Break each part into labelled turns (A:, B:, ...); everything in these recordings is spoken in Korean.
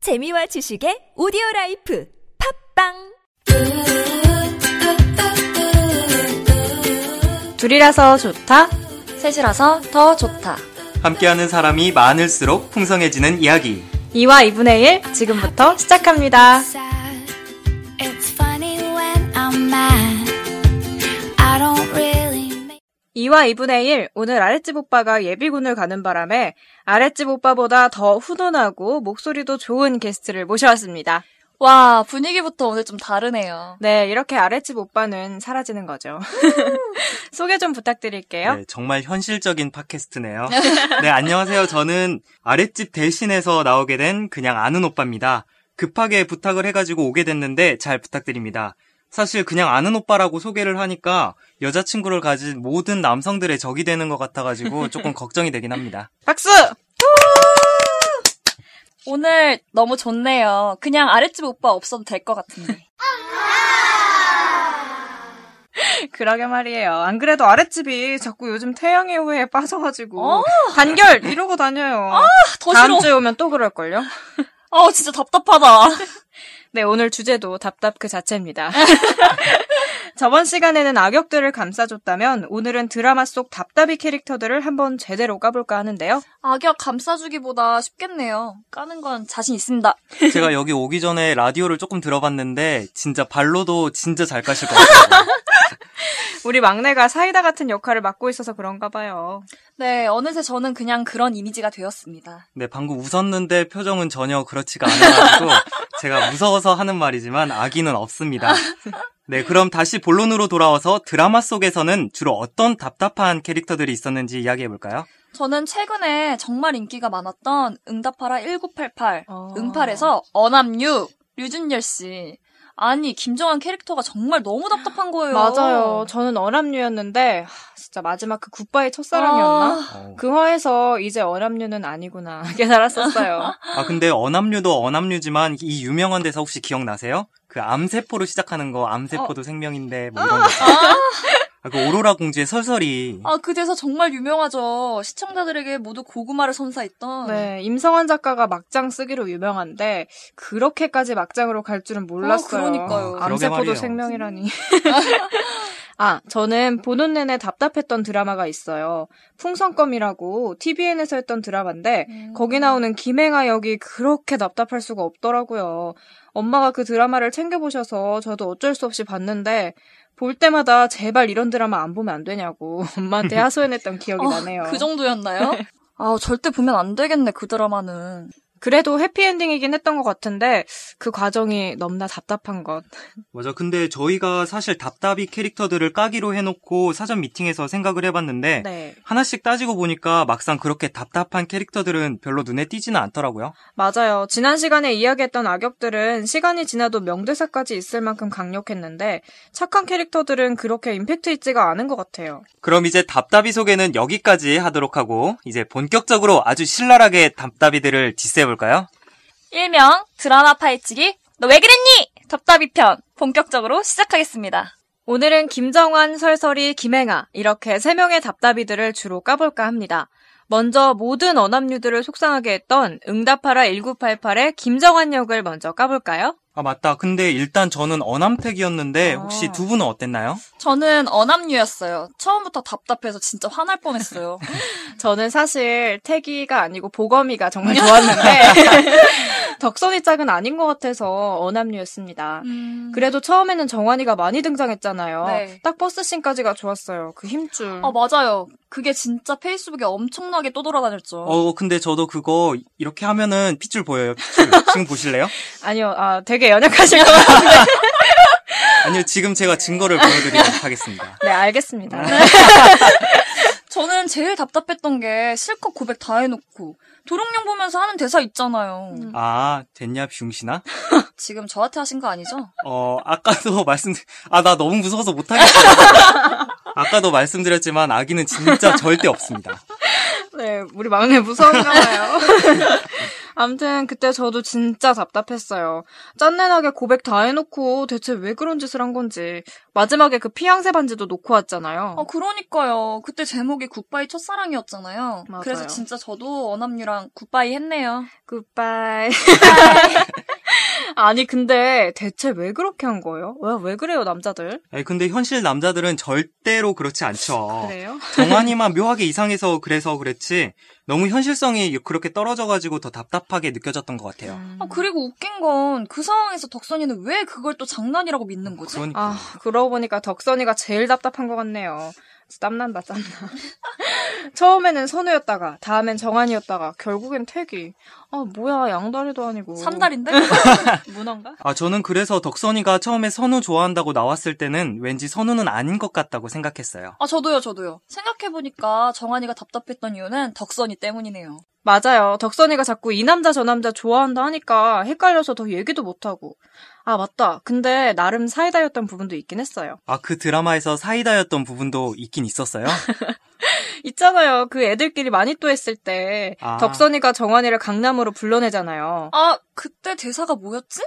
A: 재미와 지식의 오디오 라이프 팝빵
B: 둘이라서 좋다, 셋이라서 더 좋다.
C: 함께하는 사람이 많을수록 풍성해지는 이야기.
B: 2와 2분의 1 지금부터 시작합니다.
D: sad. It's funny when I'm mad. I don't really make
B: 2와 2분의 1 오늘 아랫집 오빠가 예비군을 가는 바람에 아랫집 오빠보다 더 훈훈하고 목소리도 좋은 게스트를 모셔왔습니다.
E: 와, 분위기부터 오늘 좀 다르네요.
B: 네, 이렇게 아랫집 오빠는 사라지는 거죠. 소개 좀 부탁드릴게요.
C: 네, 정말 현실적인 팟캐스트네요. 네, 안녕하세요. 저는 아랫집 대신해서 나오게 된 그냥 아는 오빠입니다. 급하게 부탁을 해가지고 오게 됐는데 잘 부탁드립니다. 사실 그냥 아는 오빠라고 소개를 하니까 여자친구를 가진 모든 남성들의 적이 되는 것 같아가지고 조금 걱정이 되긴 합니다.
B: 박수!
E: 오늘 너무 좋네요. 그냥 아랫집 오빠 없어도 될 것 같은데.
B: 그러게 말이에요. 안 그래도 아랫집이 자꾸 요즘 태양의 후에 빠져가지고 단결 이러고 다녀요.
E: 어! 아, 더
B: 다음
E: 싫어.
B: 주에 오면 또 그럴걸요?
E: 아, 진짜 답답하다.
B: 네, 오늘 주제도 답답 그 자체입니다. 저번 시간에는 악역들을 감싸줬다면 오늘은 드라마 속 답답이 캐릭터들을 한번 제대로 까볼까 하는데요.
E: 악역 감싸주기보다 쉽겠네요. 까는 건 자신 있습니다.
C: 제가 여기 오기 전에 라디오를 조금 들어봤는데 진짜 발로도 진짜 잘 까실 것 같아요.
B: 우리 막내가 사이다 같은 역할을 맡고 있어서 그런가 봐요.
E: 네, 어느새 저는 그냥 그런 이미지가 되었습니다.
C: 네, 방금 웃었는데 표정은 전혀 그렇지가 않아가지고 제가 무서워서 하는 말이지만 악의는 없습니다. 네, 그럼 다시 본론으로 돌아와서 드라마 속에서는 주로 어떤 답답한 캐릭터들이 있었는지 이야기해볼까요?
E: 저는 최근에 정말 인기가 많았던 응답하라 1988,
B: 어.
E: 응팔에서 어남유, 류준열 씨. 아니, 김정한 캐릭터가 정말 너무 답답한 거예요. 어.
B: 맞아요. 저는 어남류였는데 하, 진짜 마지막 그 굿바이 첫사랑이었나?
E: 아.
C: 어.
B: 그 화에서 이제 어남류는 아니구나 깨달았었어요.
C: 아, 근데 어남류도 어남류지만 이 유명한 대사 혹시 기억나세요? 그 암세포로 시작하는 거, 암세포도 생명인데, 뭐 이런 거. 아, 그 오로라 공주의 설설이.
E: 아, 그 대사 정말 유명하죠. 시청자들에게 모두 고구마를 선사했던.
B: 네, 임성환 작가가 막장 쓰기로 유명한데 그렇게까지 막장으로 갈 줄은 몰랐어요. 아,
E: 어, 그러니까요. 음.
C: 그러게
B: 암세포도
C: 말이에요.
B: 생명이라니. 아, 저는 보는 내내 답답했던 드라마가 있어요. 풍선껌이라고 TVN에서 했던
E: 음.
B: 드라마인데 거기 나오는 김혜가 역이 그렇게 답답할 수가 없더라고요. 엄마가 그 드라마를 챙겨보셔서 저도 어쩔 수 없이 봤는데 볼 때마다 제발 이런 드라마 안 보면 안 되냐고 엄마한테 하소연했던 기억이
E: 어,
B: 나네요.
E: 그 정도였나요? 아, 절대 보면 안 되겠네, 그 드라마는.
B: 그래도 해피엔딩이긴 했던 것 같은데 그 과정이 너무나 답답한 것.
C: 맞아. 근데 저희가 사실 답답이 캐릭터들을 까기로 해놓고 사전 미팅에서 생각을 해봤는데,
B: 네.
C: 하나씩 따지고 보니까 막상 그렇게 답답한 캐릭터들은 별로 눈에 띄지는 않더라고요.
B: 맞아요. 지난 시간에 이야기했던 악역들은 시간이 지나도 명대사까지 있을 만큼 강력했는데 착한 캐릭터들은 그렇게 임팩트 있지가 않은 것 같아요.
C: 그럼 이제 답답이 소개는 여기까지 하도록 하고 이제 본격적으로 아주 신랄하게 답답이들을 디스해볼까요?
E: 일명 드라마 파헤치기, 너 왜 그랬니? 답답이 편, 본격적으로 시작하겠습니다.
B: 오늘은 김정환, 설설이, 김행아 이렇게 세 명의 답답이들을 주로 까볼까 합니다. 먼저 모든 어남류들을 속상하게 했던 응답하라 1988의 김정환 역을 먼저 까볼까요?
C: 아 맞다. 근데 일단 저는 어남택이었는데 혹시 두 분은 어땠나요?
E: 저는 어남유였어요. 처음부터 답답해서 진짜 화날 뻔했어요.
B: 저는 사실 태기가 아니고 보검이가 정말 좋았는데 덕선이 짝은 아닌 것 같아서 어남류였습니다.
E: 음.
B: 그래도 처음에는 정환이가 많이 등장했잖아요.
E: 네.
B: 딱 버스 씬까지가 좋았어요. 그 힘줄.
E: 아, 맞아요. 그게 진짜 페이스북에 엄청나게 떠돌아다녔죠.
C: 어 근데 저도 그거 이렇게 하면은 핏줄 보여요. 핏줄. 지금 보실래요?
B: 아니요, 아 되게 연약하실 것 같아요.
C: 아니요. 지금 제가 증거를 보여드리도록 하겠습니다.
B: 네, 알겠습니다.
E: 저는 제일 답답했던 게 실컷 고백 다 해놓고 도롱뇽 보면서 하는 대사 있잖아요.
C: 아 됐냐 슝신아?
E: 지금 저한테 하신 거 아니죠?
C: 어, 아까도 말씀, 아, 나 너무 무서워서 못하겠어. 아까도 말씀드렸지만, 아기는 진짜 절대 없습니다.
B: 네, 우리 막내 무서운가 봐요. 암튼 그때 저도 진짜 답답했어요. 짠내나게 고백 다 해놓고 대체 왜 그런 짓을 한 건지. 마지막에 그 피양새 반지도 놓고 왔잖아요.
E: 아, 그러니까요. 그때 제목이 굿바이 첫사랑이었잖아요.
B: 맞아요.
E: 그래서 진짜 저도 원암유랑 굿바이 했네요.
B: 굿바이. 아니 근데 대체 왜 그렇게 한 거예요? 왜, 왜 그래요 남자들?
C: 아니, 근데 현실 남자들은 절대로 그렇지
E: 아.
C: 않죠.
B: 그래요?
C: 정한이만 묘하게 이상해서 그래서 그랬지 너무 현실성이 그렇게 떨어져가지고 더 답답하게 느껴졌던 것 같아요.
B: 음,
E: 아, 그리고 웃긴 건 그 상황에서 덕선이는 왜 그걸 또 장난이라고 믿는 거지?
C: 그러니까
B: 아 그러고 보니까 덕선이가 제일 답답한 것 같네요. 땀난다 땀나. 처음에는 선우였다가 다음엔 정한이였다가 결국엔 태기. 아 뭐야 양다리도 아니고.
E: 삼달인데?
B: 문어인가?
C: 아, 저는 그래서 덕선이가 처음에 선우 좋아한다고 나왔을 때는 왠지 선우는 아닌 것 같다고 생각했어요.
E: 아, 저도요, 저도요. 생각해보니까 정한이가 답답했던 이유는 덕선이 때문이네요.
B: 맞아요. 덕선이가 자꾸 이 남자 저 남자 좋아한다 하니까 헷갈려서 더 얘기도 못하고. 아 맞다. 근데 나름 사이다였던 부분도 있긴 했어요.
C: 아, 그 드라마에서 사이다였던 부분도 있긴 있었어요.
B: 있잖아요. 그 애들끼리 많이 또 했을 때
C: 아.
B: 덕선이가 정한이를 강남으로 불러내잖아요.
E: 아, 그때 대사가 뭐였지?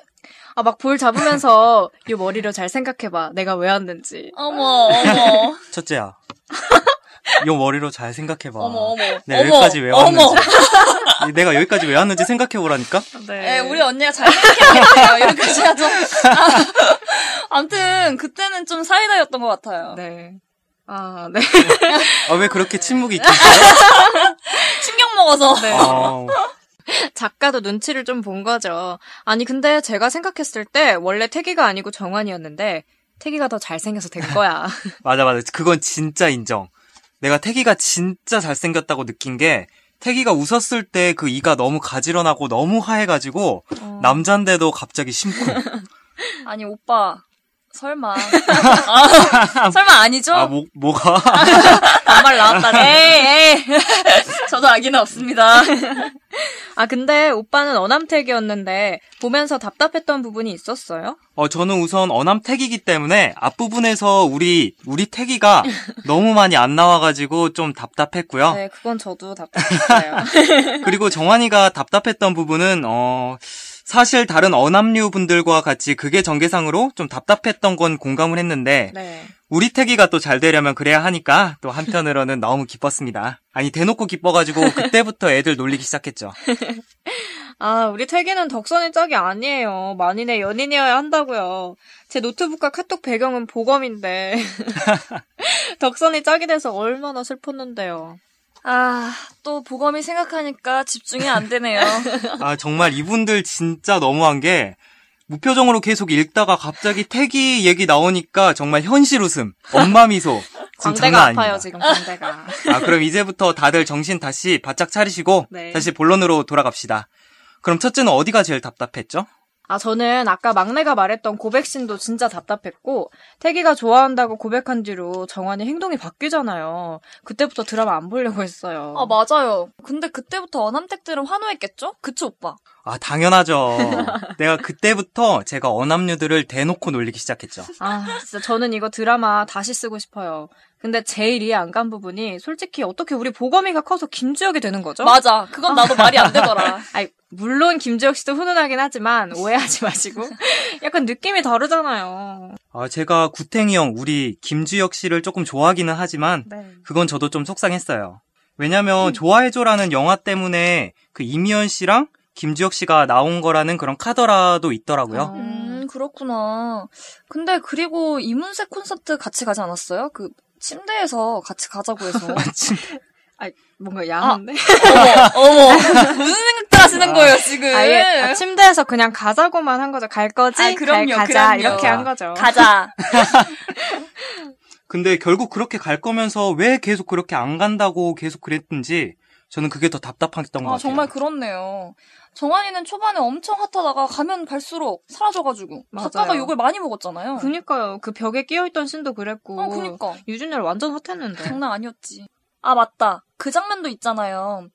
B: 아, 막 볼 잡으면서 이 머리로 잘 생각해봐. 내가 왜 왔는지.
E: 어머, 어머.
C: 첫째야. 요 머리로 잘 생각해봐.
E: 어머, 어머.
C: 내가
E: 어머,
C: 네, 여기까지 왜
E: 어머.
C: 왔는지. 내가 여기까지 왜 왔는지 생각해보라니까?
B: 네.
E: 예, 우리 언니가 잘 생각해야겠네요. 이렇게까지 하죠. 아, 아무튼, 그때는 좀 사이다였던 것 같아요.
B: 네. 아, 네.
C: 아, 왜 그렇게 침묵이 있겠어요?
E: 신경 먹어서.
C: 어,
B: 작가도 눈치를 좀 본 거죠. 아니, 근데 제가 생각했을 때 원래 태기가 아니고 정환이었는데 태기가 더 잘생겨서 된 거야.
C: 맞아, 맞아. 그건 진짜 인정. 내가 태기가 진짜 잘생겼다고 느낀 게 태기가 웃었을 때 그 이가 너무 가지런하고 너무 하해가지고
E: 어.
C: 남잔데도 갑자기 심쿵.
E: 아니, 오빠. 설마. 아, 설마 아니죠?
C: 아, 뭐, 뭐가?
E: 반말 나왔다. 에이, 에이. 저도 아기는 없습니다.
B: 아, 근데 오빠는 어남태기였는데 보면서 답답했던 부분이 있었어요?
C: 어, 저는 우선 어남 태기이기 때문에 앞부분에서 우리, 우리 태기가 너무 많이 안 나와가지고 좀 답답했고요.
B: 네, 그건 저도 답답했어요.
C: 그리고 정환이가 답답했던 부분은, 어, 사실 다른 어남류 분들과 같이 그게 전개상으로 좀 답답했던 건 공감을 했는데,
B: 네.
C: 우리 태기가 또 잘 되려면 그래야 하니까 또 한편으로는 너무 기뻤습니다. 아니, 대놓고 기뻐가지고 그때부터 애들 놀리기 시작했죠.
B: 아, 우리 태기는 덕선의 짝이 아니에요. 만인의 연인이어야 한다고요. 제 노트북과 카톡 배경은 보검인데 덕선이 짝이 돼서 얼마나 슬펐는데요.
E: 아, 또 보검이 생각하니까 집중이 안 되네요.
C: 아, 정말 이분들 진짜 너무한 게, 무표정으로 계속 읽다가 갑자기 태기 얘기 나오니까 정말 현실 웃음, 엄마 미소. 지금 장난
B: 광대가
C: 아닙니다.
B: 아파요 지금 광대가.
C: 아, 그럼 이제부터 다들 정신 다시 바짝 차리시고,
B: 네.
C: 다시 본론으로 돌아갑시다. 그럼 첫째는 어디가 제일 답답했죠?
B: 아 저는 아까 막내가 말했던 고백신도 진짜 답답했고 태기가 좋아한다고 고백한 뒤로 정환이 행동이 바뀌잖아요. 그때부터 드라마 안 보려고 했어요.
E: 아, 맞아요. 근데 그때부터 어남택들은 환호했겠죠? 그쵸, 오빠?
C: 아, 당연하죠. 내가 그때부터 제가 어남류들을 대놓고 놀리기 시작했죠.
B: 아, 진짜 저는 이거 드라마 다시 쓰고 싶어요. 근데 제일 이해 안 간 부분이 솔직히 어떻게 우리 보검이가 커서 김주혁이 되는 거죠?
E: 맞아. 그건 나도 말이 안 되더라.
B: 아니, 물론 김주혁 씨도 훈훈하긴 하지만 오해하지 마시고 약간 느낌이 다르잖아요.
C: 아, 제가 구탱이 형, 우리 김주혁 씨를 조금 좋아하기는 하지만,
E: 네.
C: 그건 저도 좀 속상했어요. 왜냐면 좋아해줘라는 영화 때문에 그 이미연 씨랑 김주혁 씨가 나온 거라는 그런 카더라도 있더라고요.
B: 어.
E: 음, 그렇구나. 근데 그리고 이문세 콘서트 같이 가지 않았어요? 그 침대에서 같이 가자고 해서.
B: 뭔가 야한데?
E: 어머, 어머. 무슨 생각들 하시는 거예요, 지금?
B: 아, 예. 아, 침대에서 그냥 가자고만 한 거죠. 갈 거지?
E: 네. 아, 그럼요,
B: 갈, 가자
E: 그럼요.
B: 이렇게 한 거죠.
E: 가자.
C: 근데 결국 그렇게 갈 거면서 왜 계속 그렇게 안 간다고 계속 그랬는지 저는 그게 더 답답했던 것
E: 아,
C: 같아요.
E: 정말 그렇네요. 정한이는 초반에 엄청 핫하다가 가면 갈수록 사라져가지고
B: 맞아요.
E: 작가가 욕을 많이 먹었잖아요.
B: 그니까요. 그 벽에 끼어있던 씬도 그랬고
E: 어, 그니까.
B: 유준열 완전 핫했는데.
E: 장난 아니었지. 아, 맞다. 그 장면도 있잖아요.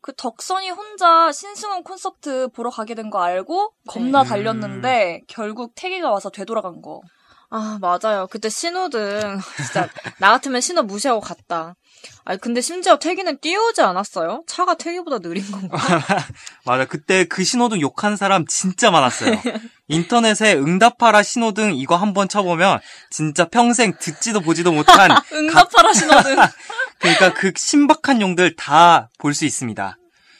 E: 그 덕선이 혼자 신승훈 콘서트 보러 가게 된 거 알고 겁나
C: 네.
E: 달렸는데 결국 태기가 와서 되돌아간 거.
B: 아, 맞아요. 그때 신호등, 진짜, 나 같으면 신호 무시하고 갔다. 아니, 근데 심지어 태기는 뛰어오지 않았어요? 차가 태기보다 느린 건가?
C: 맞아. 그때 그 신호등 욕한 사람 진짜 많았어요. 인터넷에 응답하라 신호등 이거 한번 쳐보면 진짜 평생 듣지도 보지도 못한
E: 응답하라 신호등.
C: 그러니까 그 신박한 용들 다 볼 수 있습니다.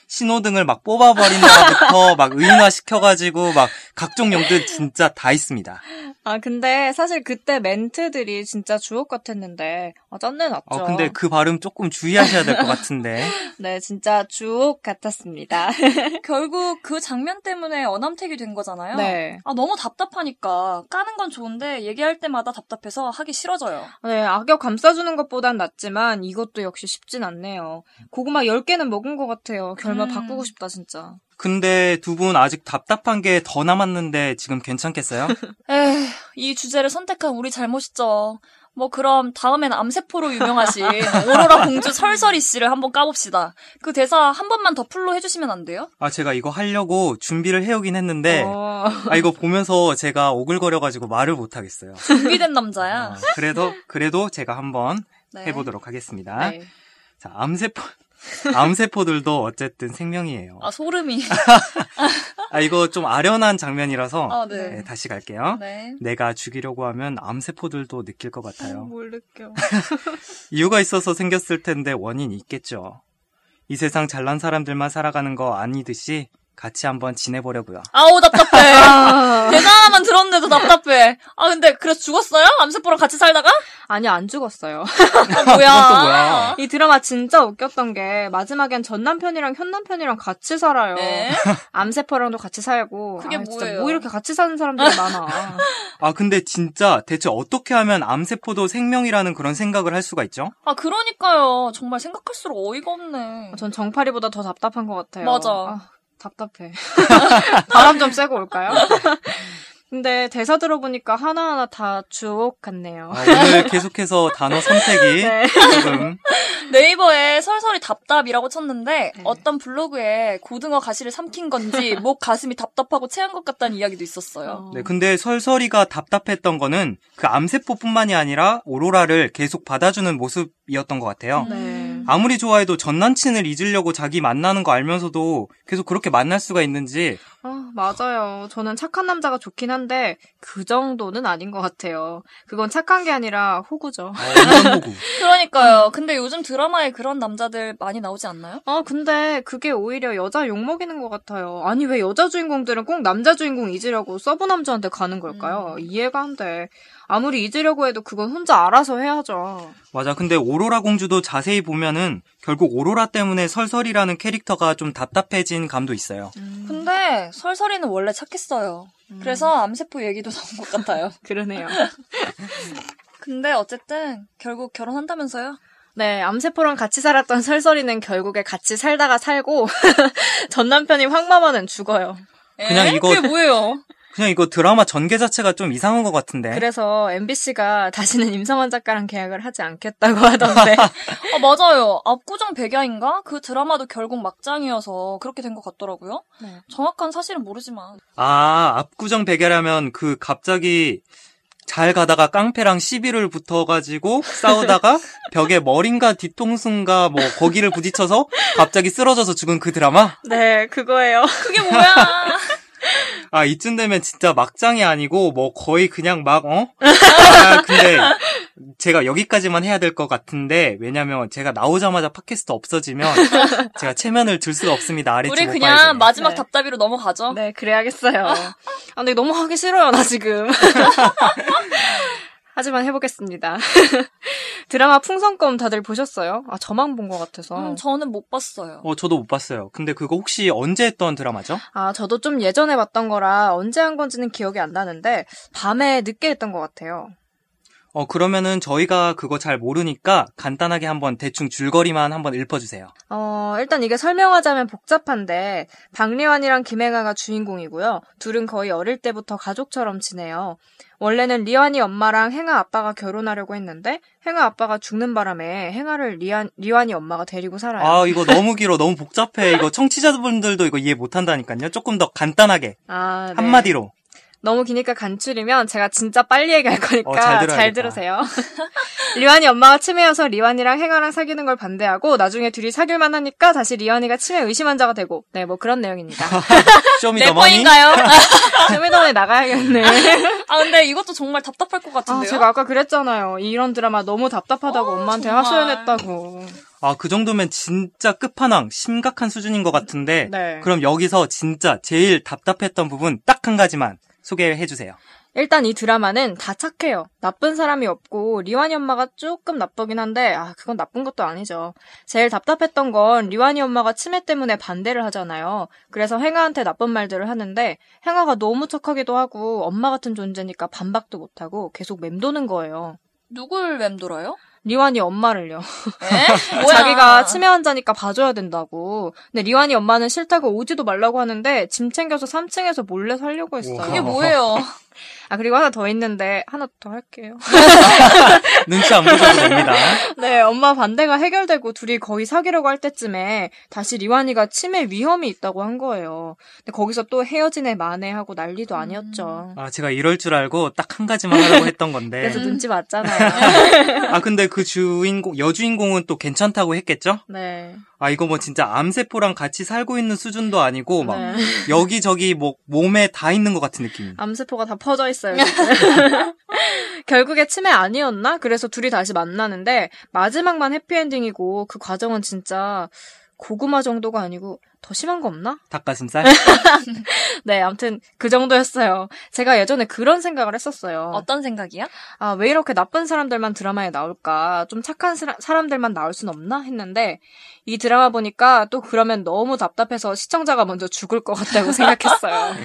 C: 신호등을 막 뽑아버린다부터 막 의인화시켜가지고 막 각종 용들 진짜 다 있습니다.
B: 아, 근데 사실 그때 멘트들이 진짜 주옥 같았는데, 아, 짠내 났죠.
C: 어, 근데 그 발음 조금 주의하셔야 될 것 같은데.
B: 네, 진짜 주옥 같았습니다.
E: 결국 그 장면 때문에 어남택이 된 거잖아요.
B: 네.
E: 아, 너무 답답하니까 까는 건 좋은데 얘기할 때마다 답답해서 하기 싫어져요.
B: 네, 악역 감싸주는 것보단 낫지만 이것도 역시 쉽진 않네요. 고구마 10개는 먹은 것 같아요. 결말
E: 음.
B: 바꾸고 싶다, 진짜.
C: 근데 두 분 아직 답답한 게 더 남았는데 지금 괜찮겠어요?
E: 에휴, 이 주제를 선택한 우리 잘못이죠. 뭐 그럼 다음엔 암세포로 유명하신 오로라 공주 설설이 씨를 한번 까봅시다. 그 대사 한 번만 더 풀로 해주시면 안 돼요?
C: 아, 제가 이거 하려고 준비를 해오긴 했는데,
B: 어,
C: 아, 이거 보면서 제가 오글거려가지고 말을 못하겠어요.
E: 준비된 남자야.
C: 아, 그래도, 그래도 제가 한번
E: 네.
C: 해보도록 하겠습니다.
B: 네.
C: 자, 암세포, 암세포들도 어쨌든 생명이에요.
E: 아 소름이.
C: 아, 이거 좀 아련한 장면이라서,
E: 아 네.
C: 네, 다시 갈게요.
E: 네.
C: 내가 죽이려고 하면 암세포들도 느낄 것 같아요.
B: 뭘 느껴.
C: 이유가 있어서 생겼을 텐데 원인이 있겠죠. 이 세상 잘난 사람들만 살아가는 거 아니듯이 같이 한번 지내보려고요.
E: 아우 답답해. 대사만 들었는데도 답답해. 아 근데 그래서 죽었어요? 암세포랑 같이 살다가?
B: 아니, 안 죽었어요.
E: 아, 뭐야?
C: 그건 또 뭐야?
B: 이 드라마 진짜 웃겼던 게 마지막엔 전 남편이랑 현 남편이랑 같이 살아요.
E: 네.
B: 암세포랑도 같이 살고.
E: 그게
B: 아, 진짜
E: 뭐예요?
B: 뭐 이렇게 같이 사는 사람들이 많아.
C: 아, 근데 진짜 대체 어떻게 하면 암세포도 생명이라는 그런 생각을 할 수가 있죠?
E: 아 그러니까요. 정말 생각할수록 어이가 없네.
B: 전 정파리보다 더 답답한 것 같아요.
E: 맞아.
B: 아, 답답해. 바람 좀 쐬고 올까요? 근데 대사 들어보니까 하나하나 다 주옥 같네요.
C: 아, 오늘 계속해서 단어 선택이
B: 어. 네.
C: 지금
E: 네이버에 설설이 답답이라고 쳤는데
B: 네.
E: 어떤 블로그에 고등어 가시를 삼킨 건지 목 가슴이 답답하고 체한 것 같다는 이야기도 있었어요.
B: 어.
C: 네, 근데 설설이가 답답했던 거는 그 암세포뿐만이 아니라 오로라를 계속 받아주는 모습이었던 것 같아요.
E: 음.
B: 네.
C: 아무리 좋아해도 전 남친을 잊으려고 자기 만나는 거 알면서도 계속 그렇게 만날 수가 있는지
B: 아, 맞아요. 저는 착한 남자가 좋긴 한데 그 정도는 아닌 것 같아요. 그건 착한 게 아니라 호구죠.
C: 어, 이런 거고.
E: 그러니까요. 근데 요즘 드라마에 그런 남자들 많이 나오지 않나요?
B: 아, 근데 그게 오히려 여자 욕먹이는 것 같아요. 아니, 왜 여자 주인공들은 꼭 남자 주인공 잊으려고 서브 남자한테 가는 걸까요? 이해가 안 돼. 아무리 잊으려고 해도 그건 혼자 알아서 해야죠.
C: 맞아. 근데 오로라 공주도 자세히 보면은 결국 오로라 때문에 설설이라는 캐릭터가 좀 답답해진 감도 있어요.
B: 음.
E: 근데 설설이는 원래 착했어요. 그래서 암세포 얘기도 나온 것 같아요.
B: 그러네요.
E: 근데 어쨌든 결국 결혼한다면서요?
B: 네, 암세포랑 같이 살았던 설설이는 결국에 같이 살다가 살고, 전 남편인 황마마는 죽어요.
C: 그냥
E: 에?
C: 이거-
E: 그게 뭐예요?
C: 그냥 이거 드라마 전개 자체가 좀 이상한 것 같은데.
B: 그래서 MBC가 다시는 임성환 작가랑 계약을 하지 않겠다고 하던데.
E: 아 맞아요. 압구정 백야인가 그 드라마도 결국 막장이어서 그렇게 된 것 같더라고요.
B: 네.
E: 정확한 사실은 모르지만
C: 아, 압구정 백야라면 그 갑자기 잘 가다가 깡패랑 시비를 붙어가지고 싸우다가 벽에 머린가 뒤통수인가 뭐 거기를 부딪혀서 갑자기 쓰러져서 죽은 그 드라마?
B: 네, 그거예요.
E: 그게 뭐야?
C: 아, 이쯤 되면 진짜 막장이 아니고 뭐 거의 그냥 막, 어? 아, 근데 제가 여기까지만 해야 될 것 같은데 왜냐면 제가 나오자마자 팟캐스트 없어지면 제가 체면을 들 수가 없습니다. 아래
E: 우리 그냥 마지막
B: 네.
E: 답답이로 넘어가죠.
B: 네, 그래야겠어요. 아, 근데 너무 하기 싫어요, 나 지금. 하지만 해보겠습니다. 드라마 풍선껌 다들 보셨어요? 아, 저만 본 것 같아서.
E: 음, 저는 못 봤어요.
C: 어, 저도 못 봤어요. 근데 그거 혹시 언제 했던 드라마죠?
B: 아, 저도 좀 예전에 봤던 거라 언제 한 건지는 기억이 안 나는데, 밤에 늦게 했던 것 같아요.
C: 어, 그러면은 저희가 그거 잘 모르니까 간단하게 한번 대충 줄거리만 한번 읊어주세요.
B: 어, 일단 이게 설명하자면 복잡한데, 박리환이랑 김혜가가 주인공이고요. 둘은 거의 어릴 때부터 가족처럼 지내요. 원래는 리환이 엄마랑 행아 아빠가 결혼하려고 했는데, 행아 아빠가 죽는 바람에 행아를 리환, 리환이 엄마가 데리고 살아요.
C: 아, 이거 너무 길어. 너무 복잡해. 이거 청취자분들도 이거 이해 못한다니까요. 조금 더 간단하게.
B: 아, 네.
C: 한마디로.
B: 너무 기니까 간추리면 제가 진짜 빨리 얘기할 거니까
C: 어, 잘 들어야겠다.
B: 잘 들으세요. 리완이 엄마가 치매여서 리완이랑 행아랑 사귀는 걸 반대하고 나중에 둘이 사귈만 하니까 다시 리완이가 치매 의심 환자가 되고 네 뭐 그런 내용입니다.
C: 쇼미더머니
E: 래퍼인가요?
B: 쇼미더머니 나가야겠네.
E: 아 근데 이것도 정말 답답할 것
B: 아,
E: 같은데요.
B: 제가 아까 그랬잖아요. 이런 드라마 너무 답답하다고 엄마한테
E: 정말.
B: 하소연했다고.
C: 아 그 정도면 진짜 끝판왕 심각한 수준인 것 같은데
B: 네.
C: 그럼 여기서 진짜 제일 답답했던 부분 딱 한 가지만 소개해 주세요.
B: 일단 이 드라마는 다 착해요. 나쁜 사람이 없고 리완이 엄마가 조금 나쁘긴 한데 아 그건 나쁜 것도 아니죠. 제일 답답했던 건 리완이 엄마가 치매 때문에 반대를 하잖아요. 그래서 행아한테 나쁜 말들을 하는데 행아가 너무 착하기도 하고 엄마 같은 존재니까 반박도 못하고 계속 맴도는 거예요.
E: 누굴 맴돌아요?
B: 리완이 엄마를요.
E: 에? 뭐야?
B: 자기가 치매 환자니까 봐줘야 된다고. 근데 리완이 엄마는 싫다고 오지도 말라고 하는데 짐 챙겨서 3층에서 몰래 살려고 했어요.
E: 그게 뭐예요?
B: 아 그리고 하나 더 있는데 하나 더 할게요.
C: 눈치 안 보셔도 됩니다.
B: 네, 엄마 반대가 해결되고 둘이 거의 사귀려고 할 때쯤에 다시 리완이가 치매 위험이 있다고 한 거예요. 근데 거기서 또 헤어지네 만에하고 난리도
E: 음.
B: 아니었죠.
C: 아 제가 이럴 줄 알고 딱 한 가지만 하려고 했던 건데
B: 그래서
E: 네.
B: 눈치 봤잖아요.
C: 아 근데 그 주인공 여주인공은 또 괜찮다고 했겠죠?
B: 네.
C: 아 이거 뭐 진짜 암세포랑 같이 살고 있는 수준도 아니고 막
B: 네.
C: 여기저기 뭐 몸에 다 있는 것 같은 느낌.
B: 암세포가 다 퍼져 있어요. 지금. 결국에 치매 아니었나? 그래서 둘이 다시 만나는데 마지막만 해피엔딩이고 그 과정은 진짜 고구마 정도가 아니고 더 심한 거 없나?
C: 닭가슴살?
B: 네, 아무튼 그 정도였어요. 제가 예전에 그런 생각을 했었어요.
E: 어떤 생각이야?
B: 아, 왜 이렇게 나쁜 사람들만 드라마에 나올까? 좀 착한 사람- 사람들만 나올 순 없나? 했는데, 이 드라마 보니까 또 그러면 너무 답답해서 시청자가 먼저 죽을 것 같다고 생각했어요.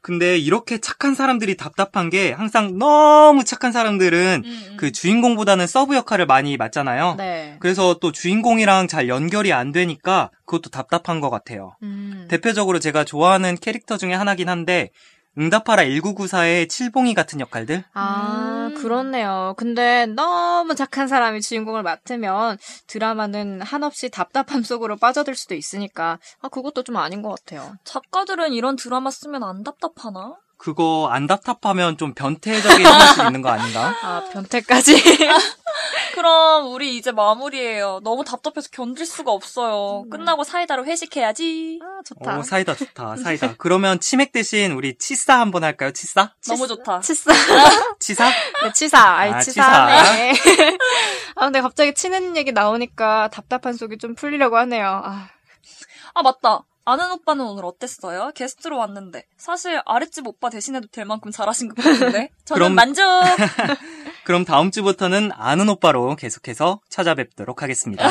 C: 근데 이렇게 착한 사람들이 답답한 게 항상 너무 착한
E: 음,
C: 사람들은 그 주인공보다는 서브 역할을 많이 맡잖아요.
B: 네.
C: 그래서 또 주인공이랑 잘 연결이 안 되니까 그것도 답답한 것 같아요.
B: 음,
C: 대표적으로 제가 좋아하는 캐릭터 중에 하나긴 한데 응답하라 1994의 칠봉이 같은 역할들?
B: 아,
E: 음.
B: 그렇네요. 근데 너무 착한 사람이 주인공을 맡으면 드라마는 한없이 답답함 속으로 빠져들 수도 있으니까, 아, 그것도 좀 아닌 것 같아요.
E: 작가들은 이런 드라마 쓰면 안 답답하나?
C: 그거 안 답답하면 좀 변태적인 현실 있는 거 아닌가?
B: 아, 변태까지.
E: 그럼 우리 이제 마무리해요. 너무 답답해서 견딜 수가 없어요. 끝나고 사이다로 회식해야지.
B: 아, 좋다.
C: 어, 사이다 좋다, 사이다. 그러면 치맥 대신 우리 치사 한번 할까요? 치사?
E: 너무 좋다.
B: 치사.
C: 치사?
B: 네, 치사, 아, 아이,
C: 아,
B: 치사네. 아, 근데 갑자기 치는 얘기 나오니까 답답한 속이 좀 풀리려고 하네요. 아,
E: 아 맞다. 아는 오빠는 오늘 어땠어요? 게스트로 왔는데 사실 아랫집 오빠 대신해도 될 만큼 잘하신 것 같은데 저는
C: 그럼-
E: 만족.
C: 그럼 다음 주부터는 아는 오빠로 계속해서 찾아뵙도록 하겠습니다.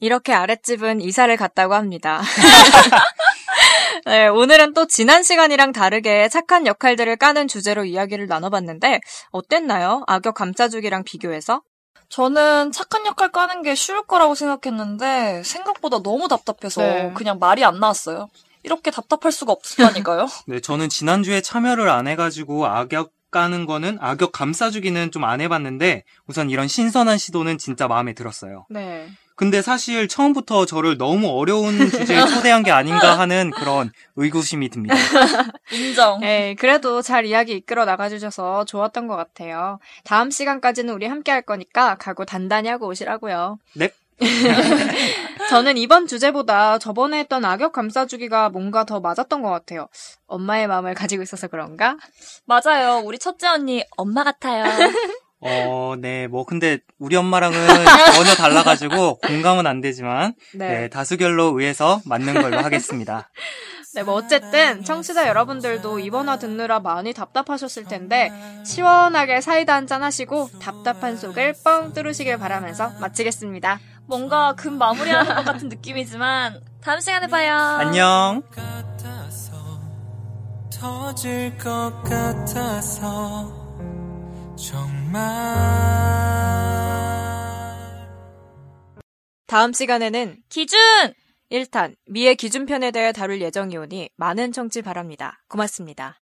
B: 이렇게 아랫집은 이사를 갔다고 합니다. 네, 오늘은 또 지난 시간이랑 다르게 착한 역할들을 까는 주제로 이야기를 나눠봤는데, 어땠나요? 악역 감싸주기랑 비교해서?
E: 저는 착한 역할 까는 게 쉬울 거라고 생각했는데 생각보다 너무 답답해서
B: 네.
E: 그냥 말이 안 나왔어요. 이렇게 답답할 수가 없으니까요.
C: 네, 저는 지난주에 참여를 안 해가지고 악역 까는 거는 악역 감싸주기는 좀 안 해봤는데 우선 이런 신선한 시도는 진짜 마음에 들었어요.
B: 네.
C: 근데 사실 처음부터 저를 너무 어려운 주제에 초대한 게 아닌가 하는 그런 의구심이 듭니다.
E: 인정.
B: 네, 그래도 잘 이야기 이끌어 나가주셔서 좋았던 것 같아요. 다음 시간까지는 우리 함께 할 거니까 각오 단단히 하고 오시라고요.
C: 넵.
B: 저는 이번 주제보다 저번에 했던 악역 감싸주기가 뭔가 더 맞았던 것 같아요. 엄마의 마음을 가지고 있어서 그런가?
E: 맞아요. 우리 첫째 언니 엄마 같아요.
C: 어, 네, 뭐 근데 우리 엄마랑은 전혀 달라가지고 공감은 안 되지만 네, 다수결로 의해서 맞는 걸로 하겠습니다.
B: 네, 뭐 어쨌든 청취자 여러분들도 이번 화 듣느라 많이 답답하셨을 텐데 시원하게 사이다 한잔 하시고 답답한 속을 뻥 뚫으시길 바라면서 마치겠습니다.
E: 뭔가 금 마무리하는 것 같은 느낌이지만 다음 시간에 봐요.
C: 안녕.
F: 같아서 터질 것 같아서 정말
B: 다음 시간에는
E: 기준
B: 1탄 미의 기준편에 대해 다룰 예정이오니 많은 청취 바랍니다. 고맙습니다.